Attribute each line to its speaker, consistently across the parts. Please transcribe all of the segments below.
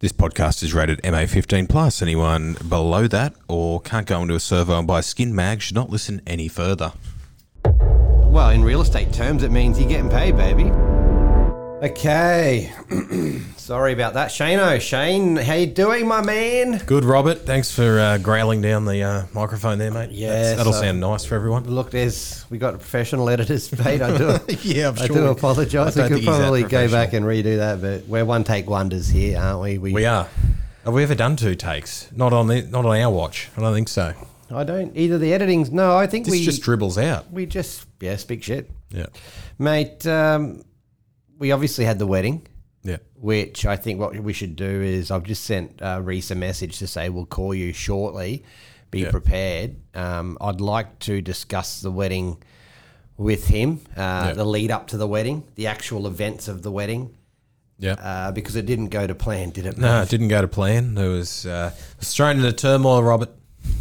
Speaker 1: This podcast is rated MA15 plus. Anyone below that or can't go into a servo and buy a skin mag should not listen any further.
Speaker 2: Well, in real estate terms, it means you're getting paid, baby. Okay. Sorry about that, Shane. Oh, Shane, how you doing, my man?
Speaker 1: Good, Robert. Thanks for uh, growling down the uh, microphone there, mate.
Speaker 2: Yeah,
Speaker 1: That's- that'll
Speaker 2: so-
Speaker 1: sound nice for everyone.
Speaker 2: Look, there's we got professional editors, mate. I do.
Speaker 1: Yeah, I'm
Speaker 2: I
Speaker 1: sure we-
Speaker 2: do
Speaker 1: I
Speaker 2: apologise. We
Speaker 1: don't
Speaker 2: could
Speaker 1: think he's that
Speaker 2: probably go
Speaker 1: professional.
Speaker 2: back and redo that, but we're one take wonders here, aren't we?
Speaker 1: We are. Have we ever done two takes? Not on the, not on our watch. I don't think so.
Speaker 2: I don't either. The editing's no. I think
Speaker 1: This
Speaker 2: we
Speaker 1: just dribbles out.
Speaker 2: we just yeah speak shit,
Speaker 1: Yeah,
Speaker 2: mate. Um, we obviously had the wedding.
Speaker 1: yeah.
Speaker 2: which I think what we should do is I've just sent uh, Reese a message to say we'll call you shortly. Be
Speaker 1: Yeah.
Speaker 2: prepared. Um, I'd like to discuss the wedding with him, uh, the lead up to the wedding, the actual events of the wedding,
Speaker 1: Yeah.
Speaker 2: uh, because it didn't go to plan, did it?
Speaker 1: no, it didn't go to plan. It was uh, was thrown into turmoil, Robert.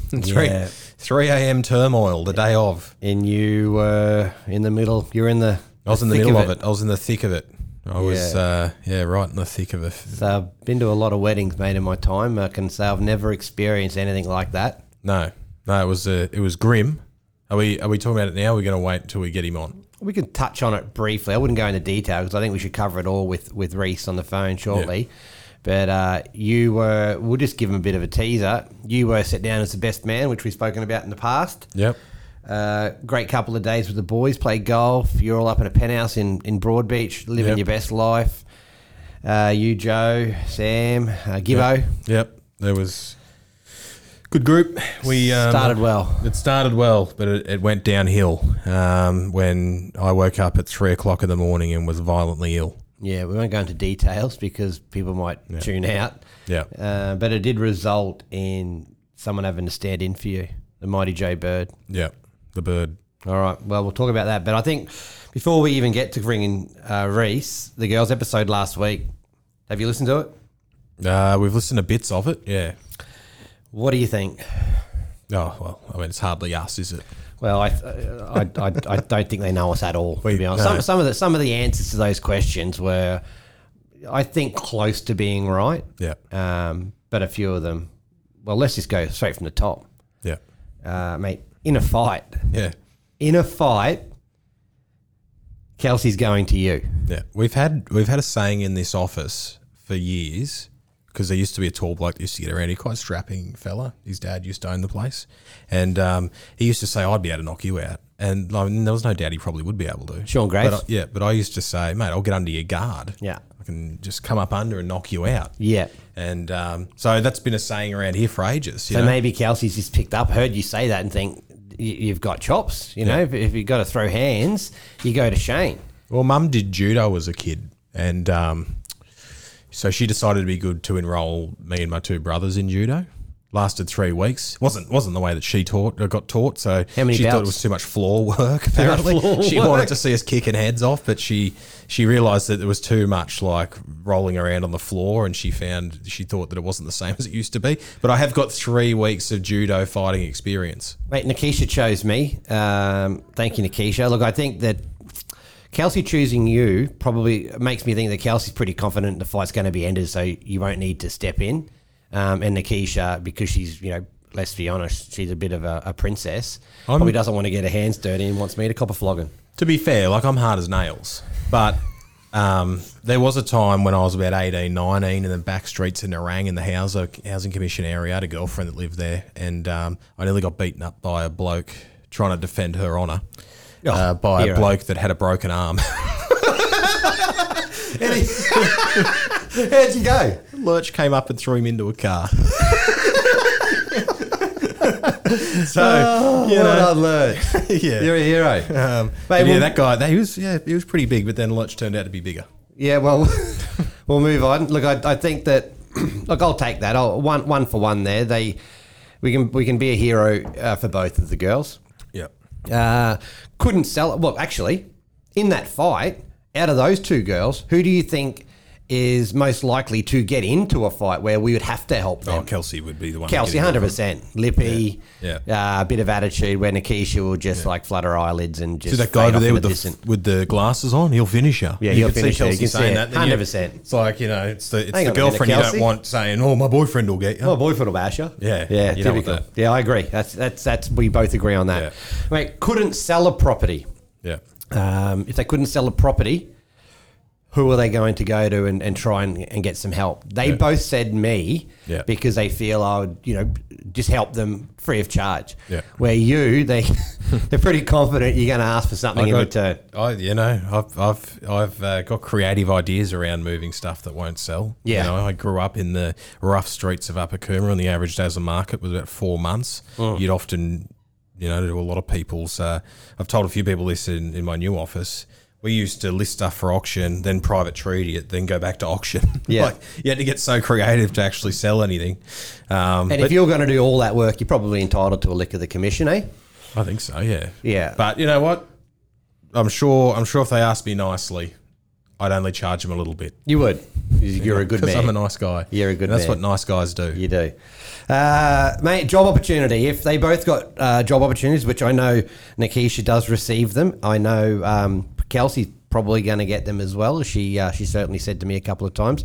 Speaker 1: three
Speaker 2: Yeah.
Speaker 1: three a.m. turmoil the day of.
Speaker 2: And you were in the middle. You're in the.
Speaker 1: I was in the
Speaker 2: thick
Speaker 1: middle of it. I was in the thick of it. I was
Speaker 2: Yeah.
Speaker 1: uh, yeah, right in the thick of it.
Speaker 2: So I've been to a lot of weddings, mate, in my time. I can say I've never experienced anything like that.
Speaker 1: No, no, it was uh, it was grim. Are we are we talking about it now? We're going to wait until we get him on.
Speaker 2: We can touch on it briefly. I wouldn't go into detail because I think we should cover it all with with Reese on the phone shortly. But uh, you were, we'll just give him a bit of a teaser. You were set down as the best man, which we've spoken about in the past.
Speaker 1: Yep.
Speaker 2: Uh, great couple of days with the boys, played golf. You're all up in a penthouse in, in Broadbeach, living
Speaker 1: Yep.
Speaker 2: your best life. Uh, you, Joe, Sam, uh, Gibbo,
Speaker 1: Yep. There was good group. We um,
Speaker 2: started well.
Speaker 1: It started well, but it, it went downhill um, when I woke up at three o'clock in the morning and was violently ill.
Speaker 2: Yeah, we won't go into details because people might tune out.
Speaker 1: Yeah.
Speaker 2: Uh, but it did result in someone having to stand in for you, the mighty Joe Bird.
Speaker 1: Yeah, the bird.
Speaker 2: All right. Well, we'll talk about that. But I think before we even get to bringing uh, Reese, the girls' episode last week, have you listened to it?
Speaker 1: Uh, we've listened to bits of it. Yeah.
Speaker 2: What do you think?
Speaker 1: Oh well, I mean, it's hardly us, is it?
Speaker 2: Well, I, I, I, I don't think they know us at all.
Speaker 1: We-
Speaker 2: to be honest,
Speaker 1: no.
Speaker 2: some, some of the some of the answers to those questions were, I think, close to being right.
Speaker 1: Yeah.
Speaker 2: Um, but a few of them, well, let's just go straight from the top,
Speaker 1: Yeah.
Speaker 2: uh, mate. In a fight,
Speaker 1: Yeah.
Speaker 2: in a fight, Kelsey's going to you.
Speaker 1: Yeah, we've had we've had a saying in this office for years because there used to be a tall bloke that used to get around. He quite strapping fella. His dad used to own the place, and um, he used to say, "I'd be able to knock you out." And I mean, there was no doubt he probably would be able to.
Speaker 2: Sean Graves.
Speaker 1: But I- yeah, but I used to say, "Mate, I'll get under your guard.
Speaker 2: Yeah.
Speaker 1: I can just come up under and knock you out."
Speaker 2: Yeah.
Speaker 1: And um, so that's been a saying around here for ages. You
Speaker 2: So
Speaker 1: know?
Speaker 2: maybe Kelsey's just picked up, heard you say that, and think "Y- you've got chops. You know, if, if you've got to throw hands, you go to Shane.
Speaker 1: Well, mum did judo as a kid, and um, so she decided to be good to enroll me and my two brothers in judo. Lasted three weeks. wasn't wasn't the way that she taught or got taught. So
Speaker 2: How many
Speaker 1: she thought it
Speaker 2: bouts?
Speaker 1: was too much floor work. Apparently,
Speaker 2: floor
Speaker 1: she
Speaker 2: work.
Speaker 1: wanted to see us kicking heads off, but she she realised that there was too much like rolling around on the floor, and she found she thought that it wasn't the same as it used to be. But I have got three weeks of judo fighting experience.
Speaker 2: Mate, Nikisha chose me. Um, thank you, Nikisha. Look, I think that Kelsey choosing you probably makes me think that Kelsey's pretty confident the fight's going to be ended, so you won't need to step in. Um, and Nikisha, because she's, you know, let's be honest, she's a bit of a, a princess,
Speaker 1: I'm-
Speaker 2: probably doesn't want to get her hands dirty and wants me to cop a flogging.
Speaker 1: To be fair, like I'm hard as nails, but um, there was a time when I was about 18, 19 in the back streets in Narang in the house, housing commission area. I had a girlfriend that lived there, and um, I nearly got beaten up by a bloke trying to defend her honour. uh, by
Speaker 2: hero.
Speaker 1: a bloke that had a broken arm.
Speaker 2: How'd you go?
Speaker 1: Lurch came up and threw him into a car. so, you know, yeah.
Speaker 2: You're Oh, a hero.
Speaker 1: um,
Speaker 2: Mate,
Speaker 1: but yeah,
Speaker 2: well-
Speaker 1: that guy, that, he was, yeah, he was pretty big, but then Lurch turned out to be bigger.
Speaker 2: Yeah, well, we'll move on. Look, I, I think that look, I'll take that. I'll one one for one there. They we can we can be a hero uh, for both of the girls.
Speaker 1: Yeah.
Speaker 2: Uh, couldn't sell it. Well, actually, in that fight, out of those two girls, who do you think is most likely to get into a fight where we would have to help them.
Speaker 1: Oh, Kelsey would be the one. to
Speaker 2: Kelsey,
Speaker 1: get
Speaker 2: hundred
Speaker 1: involved.
Speaker 2: percent, lippy,
Speaker 1: Yeah.
Speaker 2: Uh, a bit of attitude. Where Nikisha will just like flutter her eyelids and just
Speaker 1: See that
Speaker 2: fade
Speaker 1: guy over
Speaker 2: off
Speaker 1: there
Speaker 2: in
Speaker 1: with the
Speaker 2: distance.
Speaker 1: with the glasses on? He'll finish her.
Speaker 2: Yeah,
Speaker 1: You
Speaker 2: he'll
Speaker 1: can see
Speaker 2: finish her. You
Speaker 1: Chelsea
Speaker 2: can see
Speaker 1: saying
Speaker 2: it.
Speaker 1: that. then you-
Speaker 2: 100%.
Speaker 1: It's like you know, it's the it's
Speaker 2: Hang
Speaker 1: the
Speaker 2: on a minute,
Speaker 1: girlfriend you
Speaker 2: Kelsey.
Speaker 1: don't want saying, "Oh, my boyfriend will get you."
Speaker 2: Oh, boyfriend will bash you.
Speaker 1: Yeah,
Speaker 2: yeah,
Speaker 1: you don't want
Speaker 2: typical.
Speaker 1: that.
Speaker 2: Yeah, I agree. That's that's that's we both agree on that. Mate, couldn't sell a property.
Speaker 1: Yeah,
Speaker 2: Um, if they couldn't sell a property, who are they going to go to and, and try and, and get some help? They
Speaker 1: Yeah.
Speaker 2: both said me
Speaker 1: Yeah.
Speaker 2: because they feel I would, you know, just help them free of charge.
Speaker 1: Yeah.
Speaker 2: Where you, they, they're pretty confident you're going to ask for something in return.
Speaker 1: I you know, I've I've I've uh, got creative ideas around moving stuff that won't sell.
Speaker 2: Yeah.
Speaker 1: you know, I grew up in the rough streets of Upper Cooma, and the average days on market was about four months.
Speaker 2: Oh.
Speaker 1: You'd often, you know, to a lot of people's. Uh, I've told a few people this in, in my new office. We used to list stuff for auction, then private treaty it, then go back to auction.
Speaker 2: Yeah.
Speaker 1: like you had to get so creative to actually sell anything. Um,
Speaker 2: And if you're going to do all that work, you're probably entitled to a lick of the commission, eh?
Speaker 1: I think so. Yeah.
Speaker 2: Yeah.
Speaker 1: But you know what? I'm sure. I'm sure if they asked me nicely, I'd only charge them a little bit.
Speaker 2: You would. You're a good
Speaker 1: Because
Speaker 2: man.
Speaker 1: I'm a nice guy.
Speaker 2: You're a good
Speaker 1: And that's what
Speaker 2: man.
Speaker 1: nice guys do.
Speaker 2: You do. Uh, mate, job opportunity. If they both got uh, job opportunities, which I know Nikisha does receive them, I know um, Kelsey's probably going to get them as well. She uh, she certainly said to me a couple of times.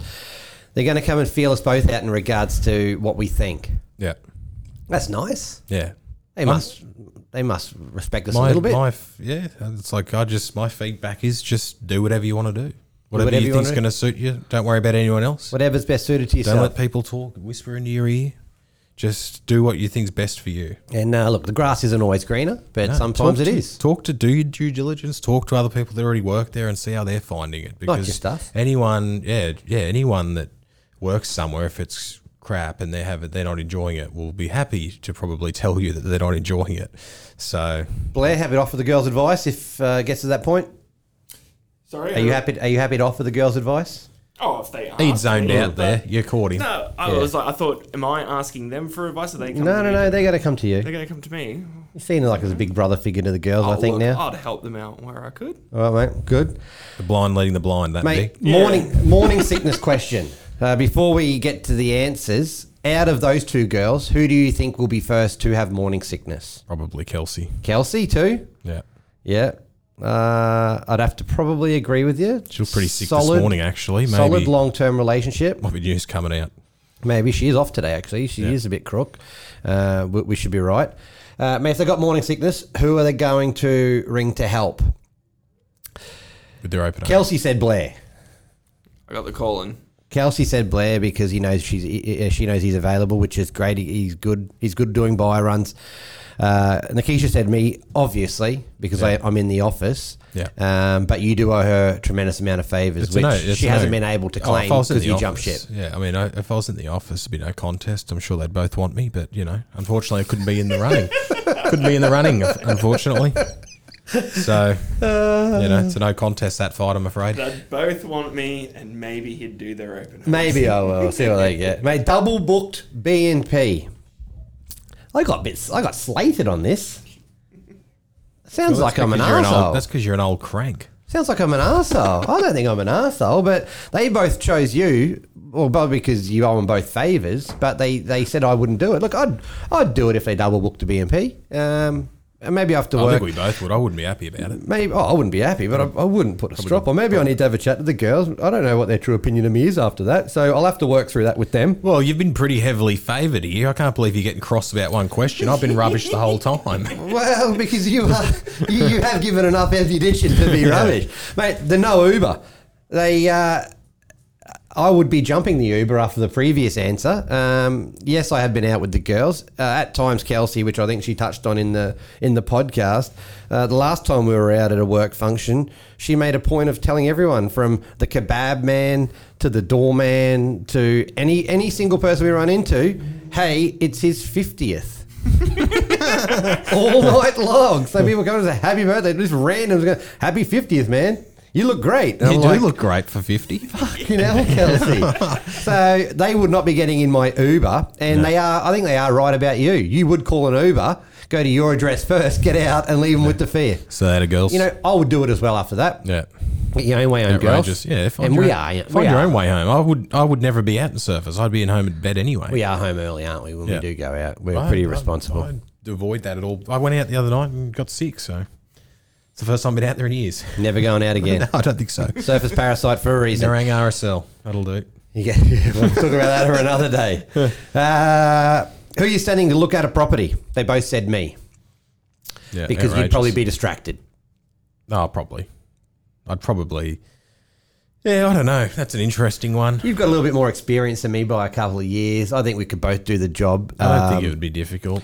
Speaker 2: They're going to come and feel us both out in regards to what we think.
Speaker 1: Yeah.
Speaker 2: That's nice.
Speaker 1: Yeah.
Speaker 2: They must they must respect us
Speaker 1: My,
Speaker 2: a little bit.
Speaker 1: my f- yeah. It's like I just my feedback is just do whatever you want to do. Whatever,
Speaker 2: whatever
Speaker 1: you
Speaker 2: you
Speaker 1: think's
Speaker 2: wanna do.
Speaker 1: going to suit you. Don't worry about anyone else.
Speaker 2: Whatever's best suited to
Speaker 1: Don't
Speaker 2: yourself.
Speaker 1: let people talk. Whisper into your ear. Just do what you think's best for you.
Speaker 2: And uh, look, the grass isn't always greener, but
Speaker 1: No,
Speaker 2: sometimes
Speaker 1: talk
Speaker 2: it
Speaker 1: to-
Speaker 2: is.
Speaker 1: Talk to do your due diligence. Talk to other people that already work there and see how they're finding it. Because
Speaker 2: your stuff.
Speaker 1: anyone, yeah, yeah, anyone that works somewhere, if it's crap and they have it, they're not enjoying it, will be happy to probably tell you that they're not enjoying it. So
Speaker 2: Blair, happy to offer the girls' advice if uh, it gets to that point.
Speaker 3: Sorry.
Speaker 2: Are you happy? Are you happy to offer the girls' advice?
Speaker 3: Oh, if they are.
Speaker 1: he'd zoned out there. You caught him.
Speaker 3: No, I was like, I thought, am I asking them for advice? Are they coming
Speaker 2: No, no,
Speaker 3: to me?
Speaker 2: no. They're going to come to you.
Speaker 3: They're going to come to me.
Speaker 2: You seem like there's a big brother figure to the girls. I
Speaker 3: Oh,
Speaker 2: think
Speaker 3: look,
Speaker 2: now.
Speaker 3: I'd help them out where I could.
Speaker 1: oh.
Speaker 2: All right, mate. Good,
Speaker 1: The blind leading the blind. That
Speaker 2: mate.
Speaker 1: big.
Speaker 2: Morning, morning sickness question. Uh, before we get to the answers, out of those two girls, who do you think will be first to have morning sickness?
Speaker 1: probably Kelsey.
Speaker 2: Kelsey, too.
Speaker 1: Yeah,
Speaker 2: Yeah. Uh, I'd have to probably agree with you.
Speaker 1: she was pretty sick this morning. Actually, maybe
Speaker 2: Solid long-term relationship.
Speaker 1: might be news coming out.
Speaker 2: Maybe she is off today. Actually, she
Speaker 1: Yeah.
Speaker 2: is a bit crook. Uh, we, we should be right. Uh, mate, if they got morning sickness, who are they going to ring to help?
Speaker 1: With their opener.
Speaker 2: Kelsey said Blair.
Speaker 3: I got the call in.
Speaker 2: Kelsey said Blair because he knows she's eh, she knows he's available, which is great. He- He's good. He's good doing buy runs. Uh, Nikisha said me obviously because I, I'm in the office.
Speaker 1: Yeah.
Speaker 2: Um, but you do owe her a tremendous amount of favors,
Speaker 1: It's a
Speaker 2: which
Speaker 1: no, it's
Speaker 2: she
Speaker 1: a no.
Speaker 2: hasn't been able to
Speaker 1: Oh, if
Speaker 2: claim
Speaker 1: I was
Speaker 2: because
Speaker 1: in the
Speaker 2: you jump ship.
Speaker 1: office- Yeah, I mean, I, if I was in the office, it'd be no contest. I'm sure they'd both want me, but you know, unfortunately, I couldn't be in the running. couldn't be in the running, unfortunately. So you know, it's a no contest that fight. I'm afraid.
Speaker 3: They'd both want me, and maybe he'd do their open.
Speaker 2: Maybe I will see what they get. Mate, double booked B and P. I got bits. I got slated on this. Sounds like I'm an
Speaker 1: Because you're old-
Speaker 2: asshole.
Speaker 1: That's because you're an old crank.
Speaker 2: Sounds like I'm an arsehole. I don't think I'm an arsehole, but they both chose you, well, probably because you owe them both favours, but they, they said I wouldn't do it. Look, I'd I'd do it if they double booked to BNP. Um, and maybe after
Speaker 1: I
Speaker 2: work.
Speaker 1: think we both would. I wouldn't be happy about it.
Speaker 2: Maybe oh, I wouldn't be happy, but I, I wouldn't put a strop on. Maybe I need to have a chat to the girls. I don't know what their true opinion of me is after that, so I'll have to work through that with them.
Speaker 1: Well, you've been pretty heavily favoured here. I can't believe you're getting cross about one question. I've been rubbish the whole time.
Speaker 2: Well, because you are, you, you have given enough ammunition to be rubbish, mate. The no Uber, they. Uh, I would be jumping the Uber after the previous answer. Um, yes, I have been out with the girls uh, at times. Kelsey, which I think she touched on in the in the podcast, uh, the last time we were out at a work function, she made a point of telling everyone from the kebab man to the doorman to any any single person we run into, "Hey, it's his fiftieth all night long. So people go to say happy birthday, just randoms go, happy 50th, man. You look great. And
Speaker 1: You
Speaker 2: I'm
Speaker 1: do
Speaker 2: like,
Speaker 1: look great for fifty.
Speaker 2: fucking hell, Kelsey. so they would not be getting in my Uber, and they are. I think they are right about you. You would call an Uber, go to your address first, get out, and leave them with the fare.
Speaker 1: So that a girls.
Speaker 2: You know, I would do it as well after that.
Speaker 1: Yeah.
Speaker 2: your own way home, girls.
Speaker 1: outrageous. Yeah, find
Speaker 2: and
Speaker 1: your
Speaker 2: we
Speaker 1: own,
Speaker 2: are. yeah,
Speaker 1: find
Speaker 2: we
Speaker 1: your
Speaker 2: are.
Speaker 1: own way home. I would I would never be out in surfers. I'd be in home at bed anyway.
Speaker 2: We are home early, aren't we? When
Speaker 1: Yeah.
Speaker 2: we do go out, we're
Speaker 1: I'd-
Speaker 2: pretty
Speaker 1: I'd-
Speaker 2: responsible.
Speaker 1: I'd avoid that at all. I went out the other night and got sick, so it's the first time I've been out there in years.
Speaker 2: Never going out again.
Speaker 1: No, I don't think so.
Speaker 2: Surface parasite for a reason.
Speaker 1: Narang RSL, that'll do.
Speaker 2: Yeah, we'll talk about that for another day. Uh, who are you standing to look at a property? They both said me
Speaker 1: Yeah,
Speaker 2: because you'd
Speaker 1: outrageous.
Speaker 2: probably be distracted.
Speaker 1: Oh, probably. I'd probably. Yeah, I don't know. That's an interesting one.
Speaker 2: You've got a little bit more experience than me by a couple of years. I think we could both do the job.
Speaker 1: I don't
Speaker 2: Um,
Speaker 1: think it would be difficult.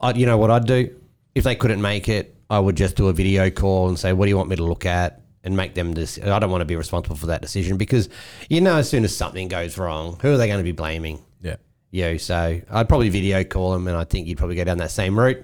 Speaker 2: I'd, you know what I'd do? If they couldn't make it, I would just do a video call and say, "What do you want me to look at?" and make them. This I don't want to be responsible for that decision because you know, as soon as something goes wrong, who are they going to be blaming?
Speaker 1: Yeah.
Speaker 2: You. So I'd probably video call them, and I think you'd probably go down that same route.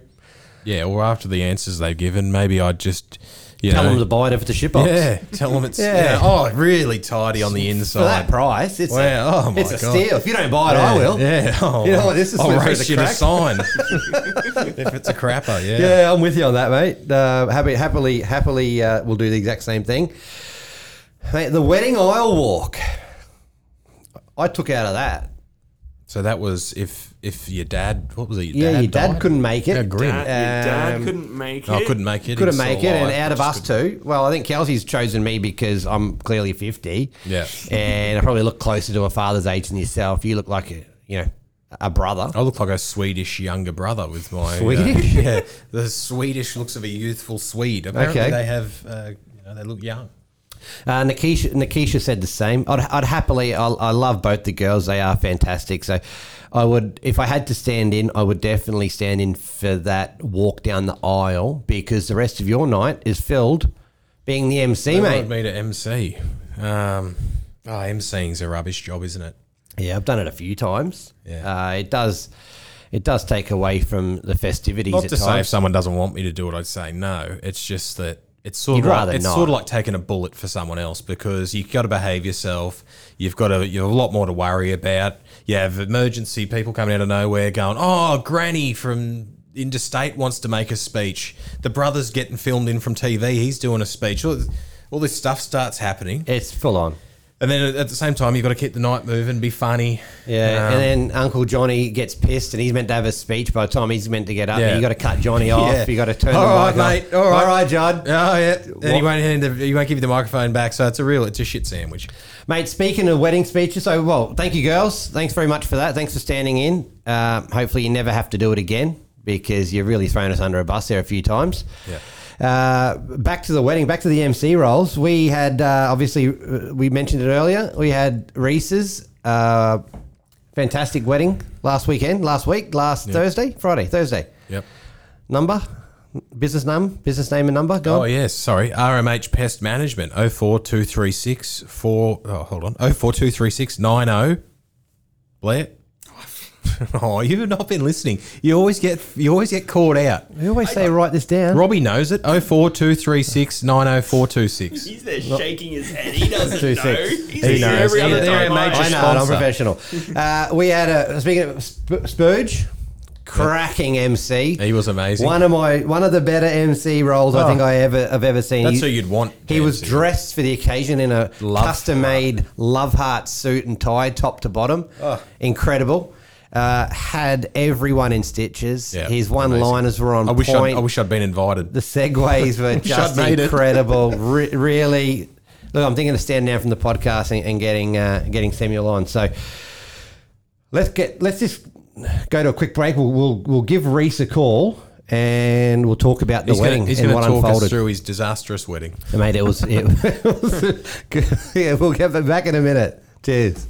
Speaker 1: Yeah, or after the answers they've given, maybe I'd just. You
Speaker 2: Tell
Speaker 1: know,
Speaker 2: them to buy it if it's a ship box.
Speaker 1: Yeah, tell them it's. yeah.
Speaker 2: Yeah.
Speaker 1: Oh, really tidy on the inside.
Speaker 2: For that price, it's
Speaker 1: Wow,
Speaker 2: a,
Speaker 1: oh my
Speaker 2: it's a
Speaker 1: God.
Speaker 2: steal. If you don't buy it, I will.
Speaker 1: Yeah. Oh,
Speaker 2: You know what, this is
Speaker 1: I'll
Speaker 2: slipped through
Speaker 1: race
Speaker 2: the
Speaker 1: you to
Speaker 2: crack.
Speaker 1: sign. if it's a crapper, yeah.
Speaker 2: Yeah, I'm with you on that, mate. Uh, happy, happily, happily, uh, we'll do the exact same thing. Mate, the wedding aisle walk. I took out of that.
Speaker 1: So that was if if your dad, what was it? Your
Speaker 2: Yeah,
Speaker 1: dad
Speaker 2: your dad
Speaker 1: died?
Speaker 2: couldn't make it.
Speaker 1: Yeah, grim.
Speaker 3: Dad, your dad
Speaker 2: Um,
Speaker 3: couldn't make it.
Speaker 1: No, I couldn't make it.
Speaker 2: Couldn't
Speaker 1: He's
Speaker 2: make it,
Speaker 1: still
Speaker 2: and
Speaker 1: alive.
Speaker 2: out of us two, well, I think Kelsey's chosen me because I'm clearly 50.
Speaker 1: Yeah.
Speaker 2: and I probably look closer to a father's age than yourself. You look like a, you know, a brother.
Speaker 1: I look like a Swedish younger brother with my uh,
Speaker 2: Swedish?
Speaker 1: yeah, the Swedish looks of a youthful Swede. Apparently,
Speaker 2: Okay.
Speaker 1: they have uh, you know, they look young.
Speaker 2: Uh, Nikisha, Nikisha said the same. I'd, I'd happily, i I love both the girls. They are fantastic. So I would, if I had to stand in, I would definitely stand in for that walk down the aisle because the rest of your night is filled being the MC,
Speaker 1: They wanted
Speaker 2: mate.
Speaker 1: me to MC. Um, oh, MCing's a rubbish job, isn't it?
Speaker 2: Yeah, I've done it a few times.
Speaker 1: Yeah.
Speaker 2: Uh, it does. It does take away from the festivities
Speaker 1: Not
Speaker 2: at
Speaker 1: to say if
Speaker 2: times.
Speaker 1: someone doesn't want me to do it, I'd say no. It's just that it's sort
Speaker 2: You'd
Speaker 1: of
Speaker 2: rather
Speaker 1: like, it's
Speaker 2: not.
Speaker 1: sort of like taking a bullet for someone else because you've got to behave yourself. You've got to you have a lot more to worry about. You have emergency people coming out of nowhere going, "Oh, Granny from." Interstate wants to make a speech. The brother's getting filmed in from TV. He's doing a speech. All, all this stuff starts happening.
Speaker 2: It's full on.
Speaker 1: And then at the same time, you've got to keep the night moving, be funny. Um,
Speaker 2: Yeah, and then Uncle Johnny gets pissed, and he's meant to have a speech. By the time he's meant to get up,
Speaker 1: Yeah.
Speaker 2: you got to cut Johnny off.
Speaker 1: Yeah.
Speaker 2: You got to turn
Speaker 1: All
Speaker 2: the
Speaker 1: right,
Speaker 2: mic off.
Speaker 1: mate. All right.
Speaker 2: all right, John.
Speaker 1: Oh, yeah. And
Speaker 2: What-
Speaker 1: he won't, hand the, he won't give you the microphone back. So it's a real, it's a shit sandwich.
Speaker 2: Mate, speaking of wedding speeches, so well, thank you, girls. Thanks very much for that. Thanks for standing in. Uh, hopefully, you never have to do it again because you've really thrown us under a bus there a few times.
Speaker 1: Yeah.
Speaker 2: Uh, back to the wedding, back to the MC roles. We had uh, obviously uh, we mentioned it earlier. We had Reese's uh, fantastic wedding last weekend, last week, last Thursday, Friday, Thursday.
Speaker 1: Yep.
Speaker 2: Number, business name, business name and number. Go
Speaker 1: Oh
Speaker 2: on.
Speaker 1: yes, sorry. RMH Pest Management 04236 4 oh hold on. 04236 90 oh. Blair. oh, you've not been listening. You always get you always get called out.
Speaker 2: We always say write this down.
Speaker 1: Robbie knows it. 04236 90426.
Speaker 3: He's there shaking his head. He doesn't
Speaker 2: Two
Speaker 3: know.
Speaker 2: six.
Speaker 3: He's
Speaker 1: He
Speaker 3: there
Speaker 1: knows.
Speaker 3: every
Speaker 1: He
Speaker 3: other
Speaker 1: knows. They're
Speaker 3: time.
Speaker 1: a
Speaker 3: I
Speaker 1: major
Speaker 2: I
Speaker 3: know.
Speaker 2: know,
Speaker 1: sponsor.
Speaker 2: I'm professional. Uh, we had a speaking of Sp- Spurge, cracking MC.
Speaker 1: He was amazing.
Speaker 2: One of my one of the better MC roles I
Speaker 1: Oh.
Speaker 2: think I ever have ever seen.
Speaker 1: That's
Speaker 2: He-
Speaker 1: who you'd want.
Speaker 2: He was
Speaker 1: Nancy.
Speaker 2: dressed for the occasion in a
Speaker 1: Love
Speaker 2: custom made love heart suit and tie, top to bottom.
Speaker 1: Oh.
Speaker 2: Incredible. Uh, had everyone in stitches.
Speaker 1: Yeah,
Speaker 2: His one
Speaker 1: amazing.
Speaker 2: liners were on
Speaker 1: I wish I'd,
Speaker 2: point.
Speaker 1: I wish I'd been invited.
Speaker 2: The segues were just
Speaker 1: I'd made it.
Speaker 2: incredible. Re- really, look, I'm thinking of standing down from the podcast and, and getting uh, getting Samuel on. So let's get let's just go to a quick break. We'll we'll, we'll give Reese a call and we'll talk about the
Speaker 1: He's
Speaker 2: wedding
Speaker 1: going to
Speaker 2: and what
Speaker 1: talk us
Speaker 2: unfolded.
Speaker 1: through his disastrous wedding.
Speaker 2: Mate, it was. It was yeah, we'll get back in a minute. Cheers.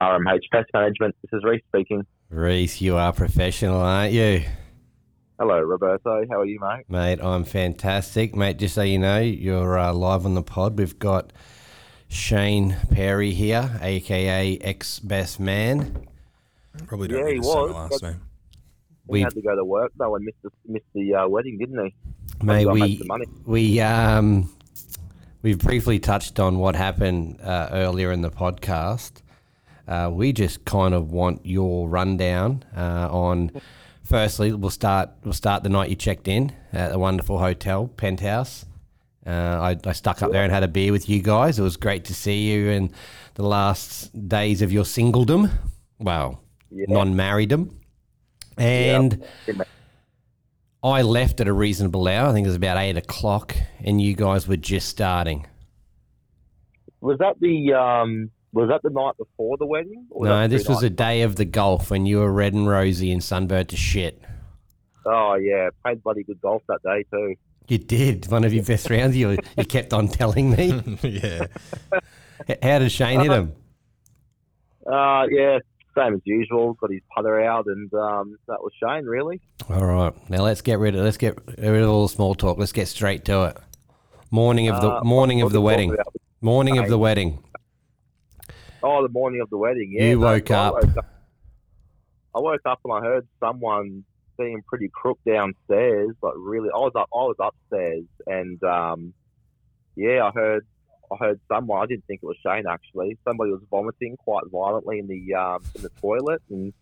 Speaker 4: RMH Pest Management. This is Reese speaking.
Speaker 2: Reese, you are professional, aren't you?
Speaker 4: Hello, Roberto. How are you, mate?
Speaker 2: Mate, I'm fantastic. Mate, just so you know, you're uh, live on the pod. We've got Shane Perry here, aka ex best man.
Speaker 1: Probably don't
Speaker 4: Yeah,
Speaker 1: need
Speaker 4: he
Speaker 1: to say my
Speaker 4: was,
Speaker 1: last
Speaker 4: but-
Speaker 1: name.
Speaker 4: We
Speaker 2: We-
Speaker 4: had to go to work though and missed the, missed the uh, wedding, didn't he?
Speaker 2: Mate,
Speaker 4: Maybe I make
Speaker 2: we
Speaker 4: some money.
Speaker 2: we um we've briefly touched on what happened uh, earlier in the podcast. Uh, we just kind of want your rundown uh, on Firstly, we'll start we'll start the night you checked in at the wonderful hotel penthouse. Uh, I, I stuck up there and had a beer with you guys. It was great to see you in the last days of your singledom. Well, non-marriedom. And I left at a reasonable hour. I think it was about eight o'clock, and you guys were just starting.
Speaker 4: Was that the um, was that the night before the wedding? Or
Speaker 2: no,
Speaker 4: that
Speaker 2: this
Speaker 4: two
Speaker 2: was a day of the golf when you were red and rosy and sunburned to shit.
Speaker 4: nights? Oh yeah, played bloody good golf that day too.
Speaker 2: You did one of your best rounds. You you kept on telling me.
Speaker 1: yeah.
Speaker 2: H- How did Shane hit him?
Speaker 4: Uh, yeah, same as usual. Got his putter out, and um, that was Shane really.
Speaker 2: All right, now let's get rid of let's get rid of all the small talk. Let's get straight to it. Morning of the
Speaker 4: Uh,
Speaker 2: morning of the
Speaker 4: what did
Speaker 2: wedding.
Speaker 4: we talk
Speaker 2: Morning of the wedding.
Speaker 4: Oh, the morning of the wedding. Yeah,
Speaker 2: You
Speaker 4: no,
Speaker 2: woke
Speaker 4: I
Speaker 2: up.
Speaker 4: woke up. I woke up and I heard someone being pretty crook downstairs. Like really, I was up. I was upstairs, and um, yeah, I heard. I heard someone. I didn't think it was Shane actually. Somebody was vomiting quite violently in the um, in the toilet, and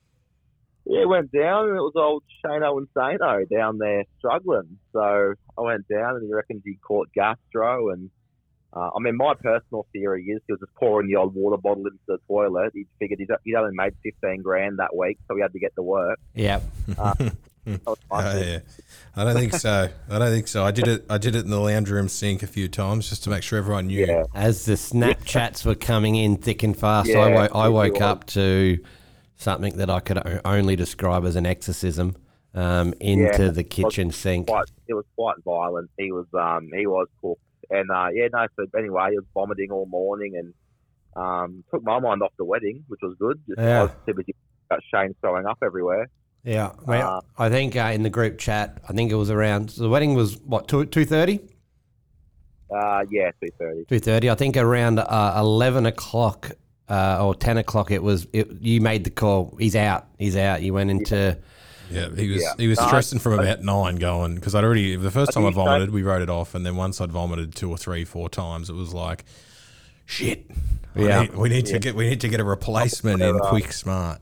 Speaker 4: yeah, it went down, and it was old Shano and Sano down there struggling. So I went down, and he reckons he caught gastro and. Uh, I mean, my personal theory is he was just pouring the old water bottle into the toilet. He figured he'd, he'd only made 15 grand that week, so he had to get to work.
Speaker 2: Yep.
Speaker 4: That was my
Speaker 1: Oh,
Speaker 4: theory.
Speaker 1: yeah. I don't think so. I don't think so. I did it. I did it in the lounge room sink a few times just to make sure everyone knew.
Speaker 4: Yeah.
Speaker 2: As the Snapchats were coming in thick and fast, I,
Speaker 4: Yeah,
Speaker 2: wo- I
Speaker 4: it
Speaker 2: woke
Speaker 4: was.
Speaker 2: up to something that I could o- only describe as an exorcism um, into
Speaker 4: Yeah.
Speaker 2: the kitchen sink.
Speaker 4: quite it was quite violent. He was um he was cooked and uh yeah no so anyway he was vomiting all morning and um took my mind off the wedding which was good. Just
Speaker 2: Yeah.
Speaker 4: I was too busy about Shane throwing up everywhere.
Speaker 2: Yeah, well, I think uh, in the group chat, I think it was around so the wedding was what two two thirty.
Speaker 4: Uh yeah two thirty.
Speaker 2: Two thirty. I think around uh, eleven o'clock uh, or ten o'clock. It was. It, you made the call. He's out. He's out. You went into.
Speaker 1: Yeah, he was
Speaker 4: Yeah.
Speaker 1: he was
Speaker 4: No, I-
Speaker 1: stressing from about nine going because I'd already the first
Speaker 4: I
Speaker 1: time I
Speaker 4: think so.
Speaker 1: vomited we wrote it off and then once I'd vomited two or three four times it was like shit I
Speaker 2: Yeah.
Speaker 1: need- we need to get we need to get a replacement in quick smart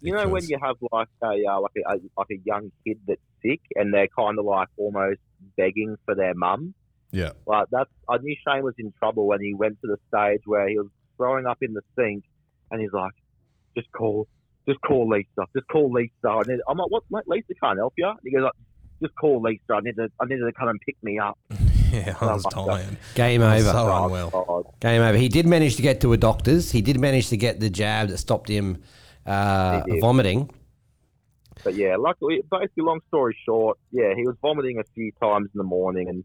Speaker 4: You know when
Speaker 1: Because-
Speaker 4: you have like a uh, like a, a like a young kid that's sick and they're kind of like almost begging for their mum.
Speaker 1: yeah
Speaker 4: Like that's I knew Shane was in trouble when he went to the stage where he was throwing up in the sink, and he's like, "Just call, just call Lisa, just call Lisa." And then, I'm like, "What? mate, Lisa can't help you." And he goes like, "Just call Lisa. I need her, I need her to come and pick me up."
Speaker 1: yeah I
Speaker 4: Oh
Speaker 1: was
Speaker 4: my God.
Speaker 1: dying
Speaker 2: Game over.
Speaker 1: so
Speaker 4: Oh,
Speaker 1: unwell
Speaker 4: God.
Speaker 2: Game over. He did manage to get to a doctor's. He did manage to get the jab that stopped him uh,
Speaker 4: He did.
Speaker 2: vomiting.
Speaker 4: But yeah, luckily, basically, long story short, yeah, he was vomiting a few times in the morning, and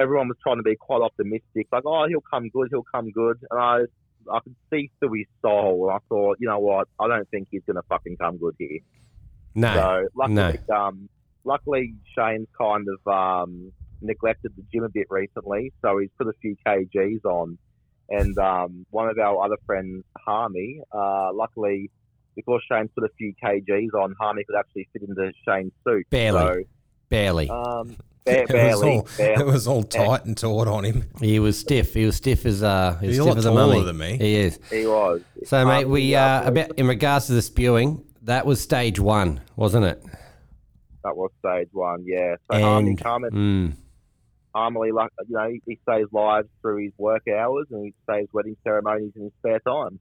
Speaker 4: everyone was trying to be quite optimistic, like, "Oh, he'll come good, he'll come good." And I, I could see through his soul, and I thought, you know what? I don't think he's gonna fucking come good here.
Speaker 2: No.
Speaker 4: So luckily, um, luckily Shane's kind of um, neglected the gym a bit recently, so he's put a few kgs on. And um, one of our other friends, Harmy, uh, luckily because Shane put a few kgs on, Harmy could actually fit into Shane's suit.
Speaker 2: Barely. barely.
Speaker 4: So, um, ba-
Speaker 1: it was,
Speaker 4: barely,
Speaker 1: all, it
Speaker 4: barely.
Speaker 1: was all tight and taut on him
Speaker 2: he was stiff. He was stiff as uh, he was
Speaker 1: He's a
Speaker 2: stiff
Speaker 1: lot
Speaker 2: as a
Speaker 1: taller
Speaker 2: mummy.
Speaker 1: than me.
Speaker 2: He is.
Speaker 4: He was.
Speaker 2: So, mate, we uh,
Speaker 4: Harmy,
Speaker 2: about in regards to the spewing, that was stage one, wasn't it?
Speaker 4: that was stage one. Yeah. So Harmy,
Speaker 2: And
Speaker 4: Harmy,
Speaker 2: mm,
Speaker 4: Harmy, like you know, he, he stays live through his work hours and he stays wedding ceremonies in his spare time.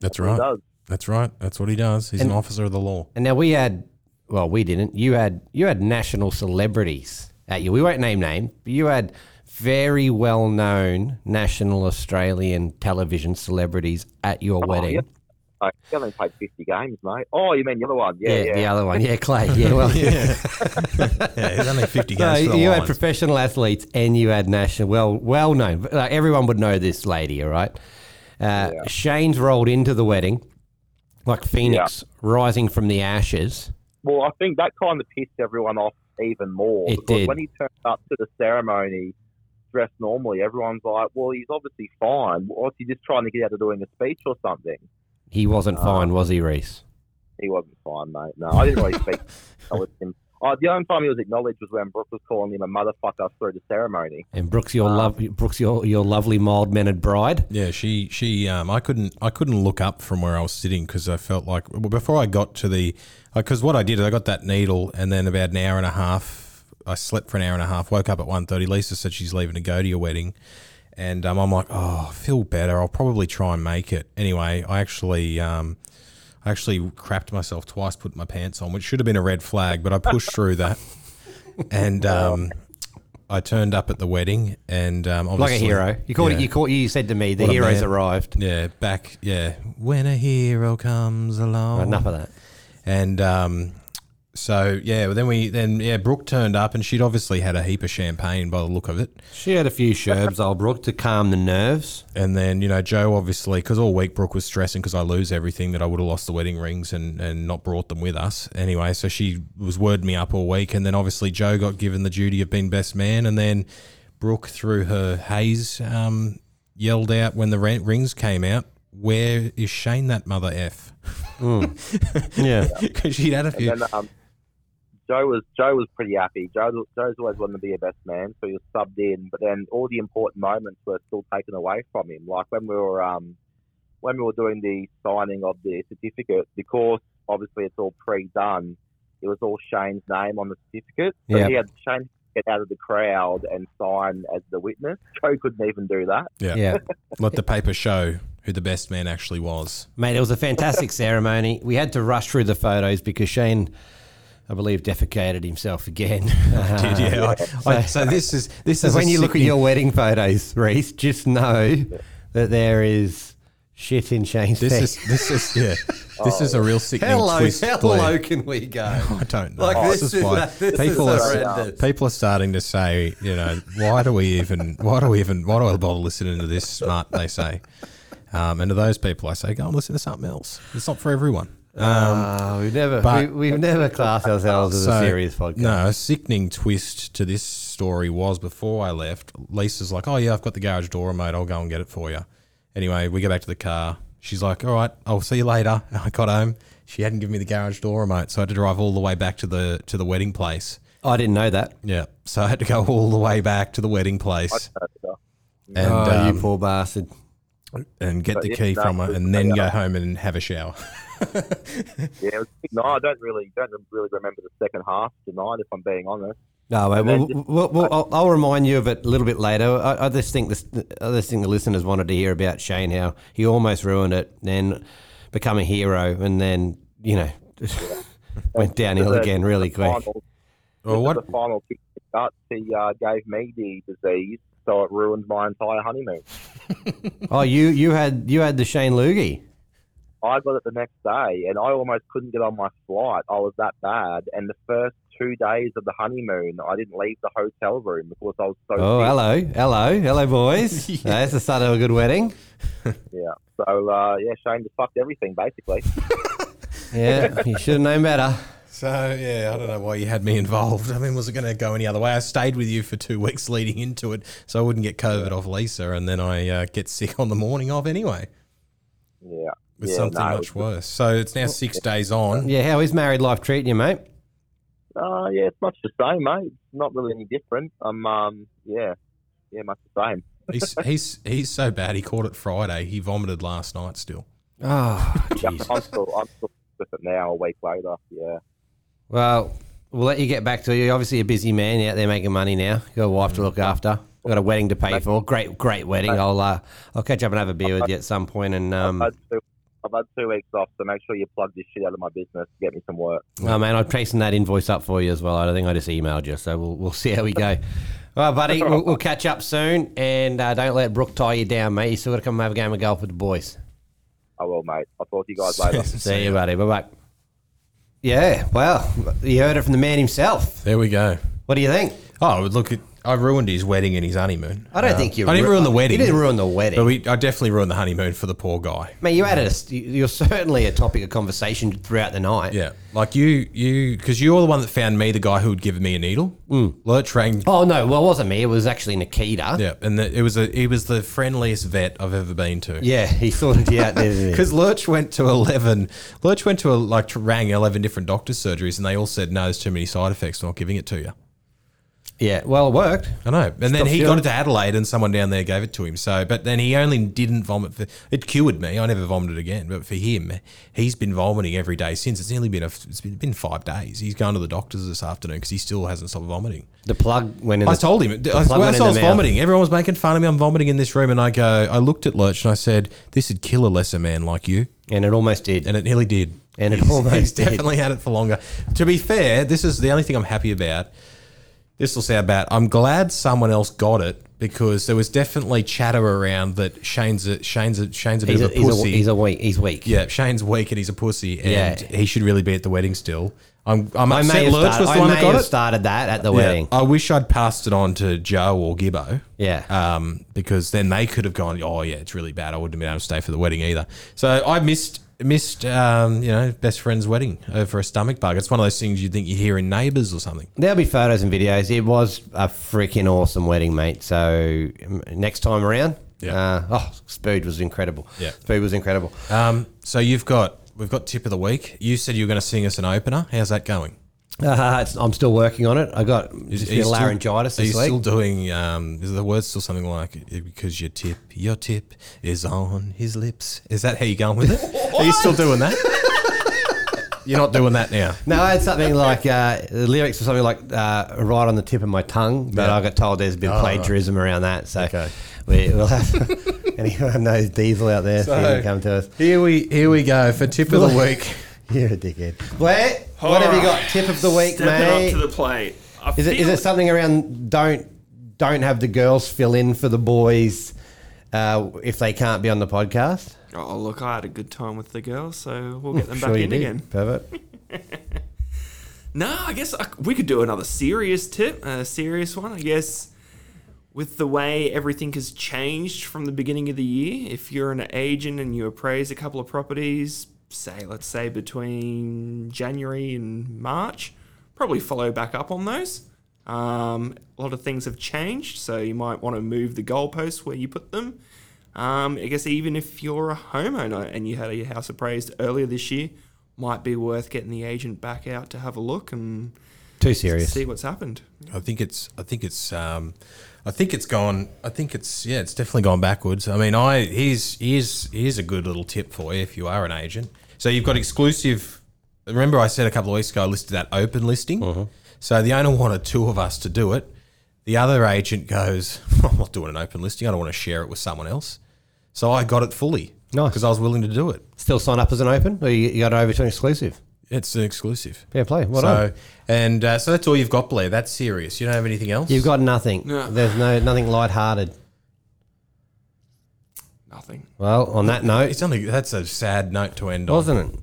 Speaker 1: that's
Speaker 4: He
Speaker 1: right
Speaker 4: does.
Speaker 1: that's right that's what he does he's an officer of the law
Speaker 2: and now we had, well, we didn't. You had you had national celebrities at you. We won't name names, but you had very well known national Australian television celebrities at your wedding.
Speaker 4: Oh, yeah. Like, he only played 50 games, mate. Oh, you mean the other one? Yeah,
Speaker 2: Yeah,
Speaker 4: yeah.
Speaker 2: the other one. Yeah, Clay. Yeah, well,
Speaker 1: yeah yeah he's only fifty
Speaker 2: No,
Speaker 1: games for the
Speaker 2: you had
Speaker 1: Lions.
Speaker 2: professional athletes and you had national, well, well known. Like everyone would know this lady, all right. Uh, Shane's rolled into the wedding like Phoenix rising from the ashes.
Speaker 4: Well, I think that kind of pissed everyone off even more.
Speaker 2: It
Speaker 4: because
Speaker 2: did.
Speaker 4: when he turned up to the ceremony dressed normally, everyone's like, well, he's obviously fine. Or is he just trying to get out of doing a speech or something?
Speaker 2: He wasn't
Speaker 4: Ah.
Speaker 2: fine, was he, Reese?
Speaker 4: He wasn't fine, mate. No, I didn't really speak. I was him. Oh, the only time he was acknowledged was when Brooke was calling him a motherfucker through the ceremony.
Speaker 2: And Brooks, your love, Brooks, your, your lovely mild mannered bride.
Speaker 1: Yeah, she she um I couldn't I couldn't look up from where I was sitting because I felt like well, before I got to the because what I did is I got that needle and then about an hour and a half I slept for an hour and a half woke up at 1.30 Lisa said she's leaving to go to your wedding and um, I'm like oh I feel better I'll probably try and make it anyway I actually um I actually crapped myself twice put my pants on which should have been a red flag but I pushed through that and um. I turned up at the wedding, and um,
Speaker 2: Like a
Speaker 1: obviously-
Speaker 2: hero. You called
Speaker 1: Yeah.
Speaker 2: it, you called, you said to me, the
Speaker 1: What a
Speaker 2: hero's
Speaker 1: man.
Speaker 2: arrived.
Speaker 1: Yeah, back. Yeah, when a hero comes along.
Speaker 2: Enough of that.
Speaker 1: And um, so yeah, well, then we then yeah, Brooke turned up, and she'd obviously had a heap of champagne by the look of it.
Speaker 2: She had a few sherbs, old Brooke, to calm the nerves.
Speaker 1: And then you know Joe obviously because all week Brooke was stressing because I lose everything that I would have lost the wedding rings and and not brought them with us anyway. So she was wording me up all week, and then obviously Joe got given the duty of being best man, and then Brooke through her haze um, yelled out when the ra- rings came out, "Where is Shane that mother f?"
Speaker 2: Mm. Yeah.
Speaker 1: Because she'd had a few.
Speaker 4: And then um, Joe was Joe was pretty happy. Joe Joe's always wanted to be a best man, so he was subbed in. But then all the important moments were still taken away from him. Like when we were um, when we were doing the signing of the certificate, because obviously it's all pre-done. It was all Shane's name on the certificate. So
Speaker 2: Yeah.
Speaker 4: he had Shane get out of the crowd and sign as the witness. Joe couldn't even do that.
Speaker 1: Yeah.
Speaker 2: Yeah.
Speaker 1: Let the paper show who the best man actually was.
Speaker 2: Mate, it was a fantastic ceremony. We had to rush through the photos because Shane, I believe, defecated himself again.
Speaker 1: Did you? I- I- so this is this
Speaker 2: So
Speaker 1: is a
Speaker 2: when you look at
Speaker 1: sickening-
Speaker 2: your wedding photos, Reese, just know that there is shit in Shane's
Speaker 1: This
Speaker 2: bed.
Speaker 1: is this is yeah. This is a real sickening
Speaker 2: how low,
Speaker 1: twist.
Speaker 2: how
Speaker 1: Blair.
Speaker 2: low can we go?
Speaker 1: I don't know.
Speaker 2: Like, this is-
Speaker 1: why
Speaker 2: this is
Speaker 1: people are
Speaker 2: horrendous.
Speaker 1: people are starting to say, you know, why do we even why do we even why do I bother listening to this smart? They say, um, and to those people, I say, go and listen to something else. It's not for everyone.
Speaker 2: oh, we've never,
Speaker 1: Ah, but-
Speaker 2: we, we've never classed ourselves as a
Speaker 1: So,
Speaker 2: serious podcast.
Speaker 1: No, a sickening twist to this story was before I left, Lisa's like, Oh, yeah, I've got the garage door remote. I'll go and get it for you. Anyway, we go back to the car. She's like, All right, I'll see you later. And I got home. She hadn't given me the garage door remote. So I had to drive all the way back to the to the wedding place.
Speaker 2: I didn't know that.
Speaker 1: Yeah. So I had to go all the way back to the wedding place and,
Speaker 2: oh,
Speaker 1: um,
Speaker 2: you poor bastard.
Speaker 1: and get the
Speaker 4: yeah,
Speaker 1: key
Speaker 4: no,
Speaker 1: from her and then go home and have a shower.
Speaker 4: Yeah, it was, no, I don't really don't really remember the second half tonight, if I'm being honest.
Speaker 2: No, mate,
Speaker 4: then
Speaker 2: well, well, well, I'll, I'll remind you of it a little bit later. I, I just think this, I just think the listeners wanted to hear about Shane how he almost ruined it, then become a hero, and then you know went downhill
Speaker 4: The-
Speaker 2: again really
Speaker 4: the
Speaker 2: quick.
Speaker 4: final-
Speaker 1: Well,
Speaker 4: This is
Speaker 1: what-
Speaker 4: the final kick in the guts, he uh, gave me the disease, so it ruined my entire honeymoon.
Speaker 2: Oh, you you had you had the Shane Loogie.
Speaker 4: I got it the next day, and I almost couldn't get on my flight. I was that bad. And the first two days of the honeymoon, I didn't leave the hotel room because I was so
Speaker 2: Oh,
Speaker 4: sick.
Speaker 2: hello, hello, hello, boys. That's the start of a good wedding.
Speaker 4: Yeah. So uh, yeah, Shane just fucked everything basically.
Speaker 2: Yeah, you should have known better.
Speaker 1: So yeah, I don't know why you had me involved. I mean, was it going to go any other way? I stayed with you for two weeks leading into it, so I wouldn't get COVID off Lisa, and then I uh, get sick on the morning of anyway
Speaker 4: Yeah.
Speaker 1: with
Speaker 4: yeah,
Speaker 1: something
Speaker 4: no, it
Speaker 1: much worse. So it's now six days on.
Speaker 2: Oh, Yeah, how is married life treating you, mate?
Speaker 4: Uh, yeah, it's much the same, mate. It's not really any different. Um, um, yeah, yeah, much the same.
Speaker 1: He's he's he's so bad. He caught it Friday. He vomited last night. Still, Ah.
Speaker 2: Oh,
Speaker 4: Yeah,
Speaker 2: jeez.
Speaker 4: I'm still, I'm still with it now. A week later, yeah.
Speaker 2: Well, we'll let you get back to you. Obviously, a busy man You're out there making money now. You got a wife to look after. I've got a wedding to pay for. Great, great wedding. I'll uh, I'll catch up and have a beer with you at some point. And um,
Speaker 4: I've, had two, I've had two weeks off, so make sure you plug this shit out of my business to get me some work.
Speaker 2: oh man, I'm tracing that invoice up for you as well. I think I just emailed you, so we'll we'll see how we go. All right, buddy, we'll, we'll catch up soon. And uh, don't let Brooke tie you down, mate. You still got to come have a game of golf with the boys.
Speaker 4: I will, mate. I'll talk to you guys later.
Speaker 2: See you, buddy. Bye bye. Yeah, well, you heard it from the man himself.
Speaker 1: there we go.
Speaker 2: What do you think?
Speaker 1: Oh, look, it, I ruined his wedding and his honeymoon. Uh,
Speaker 2: I don't think you.
Speaker 1: I didn't
Speaker 2: ru-
Speaker 1: ruin the wedding.
Speaker 2: You didn't ruin the wedding.
Speaker 1: But we, I definitely ruined the honeymoon for the poor guy.
Speaker 2: Mate, you added a, st- you're certainly a topic of conversation throughout the night.
Speaker 1: Yeah, like you, you, because you're the one that found me the guy who would give me a needle. Mm. Lurch rang.
Speaker 2: Oh no, well it wasn't me. It was actually Nikita.
Speaker 1: Yeah, and the, it was a, he was the friendliest vet I've ever been to.
Speaker 2: Yeah, he sorted you out there. didn't he?
Speaker 1: Because Lurch went to eleven, Lurch went to a, like to rang eleven different doctor's surgeries, and they all said no, there's too many side effects. We're not giving it to you.
Speaker 2: yeah, well it worked.
Speaker 1: I know, and then he got
Speaker 2: feeling it.
Speaker 1: it to Adelaide, and someone down there gave it to him. So, but then he only didn't vomit. For, it cured me. I never vomited again. But for him, he's been vomiting every day since. It's nearly been a, it's been, been five days. He's gone to the doctors this afternoon because he still hasn't stopped vomiting.
Speaker 2: The plug went in.
Speaker 1: I
Speaker 2: the-
Speaker 1: told him. I,
Speaker 2: plug
Speaker 1: I,
Speaker 2: went in
Speaker 1: I was
Speaker 2: the mouth.
Speaker 1: vomiting. Everyone was making fun of me. I'm vomiting in this room, and I go. I looked at Lurch and I said, "This would kill a lesser man like you,"
Speaker 2: and it almost did.
Speaker 1: and it nearly did.
Speaker 2: And it
Speaker 1: He's-
Speaker 2: almost
Speaker 1: he's
Speaker 2: did.
Speaker 1: definitely had it for longer. To be fair, this is the only thing I'm happy about. This will sound bad. I'm glad someone else got it because there was definitely chatter around that Shane's a, Shane's a, Shane's a bit
Speaker 2: he's, a,
Speaker 1: of a
Speaker 2: he's, a,
Speaker 1: pussy.
Speaker 2: he's a weak. He's weak.
Speaker 1: yeah, Shane's weak and he's a pussy, and
Speaker 2: Yeah.
Speaker 1: he should really be at the wedding still. I'm, I'm
Speaker 2: I may
Speaker 1: upset.
Speaker 2: have,
Speaker 1: Lurch
Speaker 2: started,
Speaker 1: was the
Speaker 2: I
Speaker 1: one
Speaker 2: may
Speaker 1: that got
Speaker 2: have
Speaker 1: it.
Speaker 2: started that at the
Speaker 1: Yeah,
Speaker 2: wedding.
Speaker 1: I wish I'd passed it on to Joe or Gibbo.
Speaker 2: Yeah.
Speaker 1: Um, because then they could have gone, oh yeah, it's really bad. I wouldn't have been able to stay for the wedding either. So I missed missed um, you know best friend's wedding over a stomach bug. It's one of those things you'd think you hear in neighbours or something.
Speaker 2: There'll be photos and videos. It was a freaking awesome wedding, mate. So um, next time around,
Speaker 1: Yeah.
Speaker 2: uh, oh, Spood was incredible.
Speaker 1: Yeah.
Speaker 2: Spood was incredible.
Speaker 1: Um, so you've got we've got tip of the week. You said you were going to sing us an opener. How's that going?
Speaker 2: Uh, it's, I'm still working on it. I got just a bit of
Speaker 1: still-
Speaker 2: laryngitis
Speaker 1: Are you
Speaker 2: this week.
Speaker 1: still doing? Um, is the word still something like because your tip, your tip is on his lips? Is that how you going with it? Are you still doing that? You're not doing that now.
Speaker 2: No, I had something like uh, the lyrics were something like uh, right on the tip of my tongue, but
Speaker 1: Yeah.
Speaker 2: I got told there's been
Speaker 3: Oh.
Speaker 2: plagiarism around that. So
Speaker 1: Okay.
Speaker 2: we, we'll have anyone knows Diesel out there, so,
Speaker 1: So-
Speaker 2: can come to us.
Speaker 1: Here we here we go for tip of the week.
Speaker 2: You're a dickhead. Blair, what have you got?
Speaker 3: Alright.
Speaker 2: Tip of the week,
Speaker 3: Stepping
Speaker 2: mate.
Speaker 3: up to the plate. I
Speaker 2: is it is
Speaker 3: feel-
Speaker 2: it something around don't don't have the girls fill in for the boys uh, if they can't be on the podcast?
Speaker 3: Oh, look, I had a good time with the girls, so we'll get them
Speaker 2: Sure
Speaker 3: back
Speaker 2: you
Speaker 3: in
Speaker 2: did.
Speaker 3: again.
Speaker 2: Pervert.
Speaker 3: No, I guess I, we could do another serious tip, a serious one, I guess. With the way everything has changed from the beginning of the year, if you're an agent and you appraise a couple of properties, say, let's say between January and March, probably follow back up on those. Um, a lot of things have changed, so you might want to move the goalposts where you put them. Um, I guess even if you're a homeowner and you had your house appraised earlier this year, might be worth getting the agent back out to have a look and
Speaker 2: Too serious.
Speaker 3: see what's happened.
Speaker 1: I think it's I think it's um, I think it's gone. I think it's yeah, it's definitely gone backwards. I mean, I here's here's here's a good little tip for you if you are an agent. So you've got exclusive. Remember, I said a couple of weeks ago, I listed that open listing.
Speaker 2: Mm-hmm.
Speaker 1: So the owner wanted two of us to do it. The other agent goes, "I'm not doing an open listing. I don't want to share it with someone else." So I got it fully
Speaker 2: Nice.
Speaker 1: because I was willing to do it.
Speaker 2: Still sign up as an open, or you, you got over to an exclusive?
Speaker 1: It's an exclusive.
Speaker 2: Fair play. What on?
Speaker 1: so and uh, so that's all you've got, Blair. That's serious. You don't have anything else.
Speaker 2: You've got nothing.
Speaker 3: No.
Speaker 2: There's no nothing lighthearted.
Speaker 3: Nothing.
Speaker 2: Well, on that note,
Speaker 1: It's only that's a sad note to end on.
Speaker 2: wasn't it?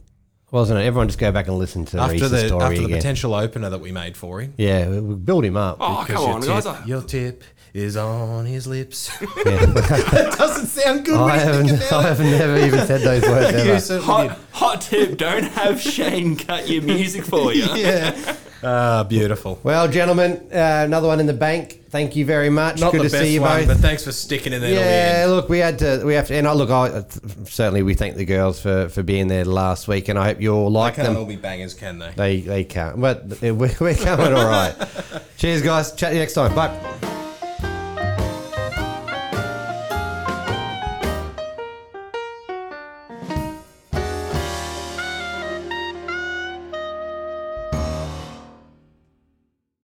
Speaker 2: Wasn't it? Everyone just go back and listen to
Speaker 1: After
Speaker 2: Reese's
Speaker 1: the
Speaker 2: story
Speaker 1: after the
Speaker 2: again.
Speaker 1: potential opener that we made for him.
Speaker 2: yeah, we, we build him up.
Speaker 3: Oh, come on,
Speaker 1: your
Speaker 3: guys.
Speaker 1: tip,
Speaker 3: I-
Speaker 1: your tip is on his lips.
Speaker 2: Yeah.
Speaker 1: that doesn't sound good.
Speaker 2: I
Speaker 1: when you
Speaker 2: haven't,
Speaker 1: think
Speaker 2: I
Speaker 1: about
Speaker 2: have never even said those words
Speaker 1: it. You
Speaker 2: ever.
Speaker 1: certainly
Speaker 3: Hot, hot tip don't have Shane cut your music for you.
Speaker 1: did. Yeah. Ah, beautiful.
Speaker 2: Well, gentlemen, uh, another one in the bank. Thank you very much.
Speaker 1: Not
Speaker 2: Good
Speaker 1: the
Speaker 2: to
Speaker 1: best
Speaker 2: see you
Speaker 1: one,
Speaker 2: both.
Speaker 1: but thanks for sticking in there. till the
Speaker 2: Yeah,
Speaker 1: end.
Speaker 2: look, we had to, we have to, and I look, I certainly we thank the girls for for being there last week, and I hope you all
Speaker 1: They
Speaker 2: like
Speaker 1: can't all
Speaker 2: them.
Speaker 1: be bangers, can they?
Speaker 2: They they can't, but we're, we're coming all right. Cheers, guys. Chat to you next time. Bye.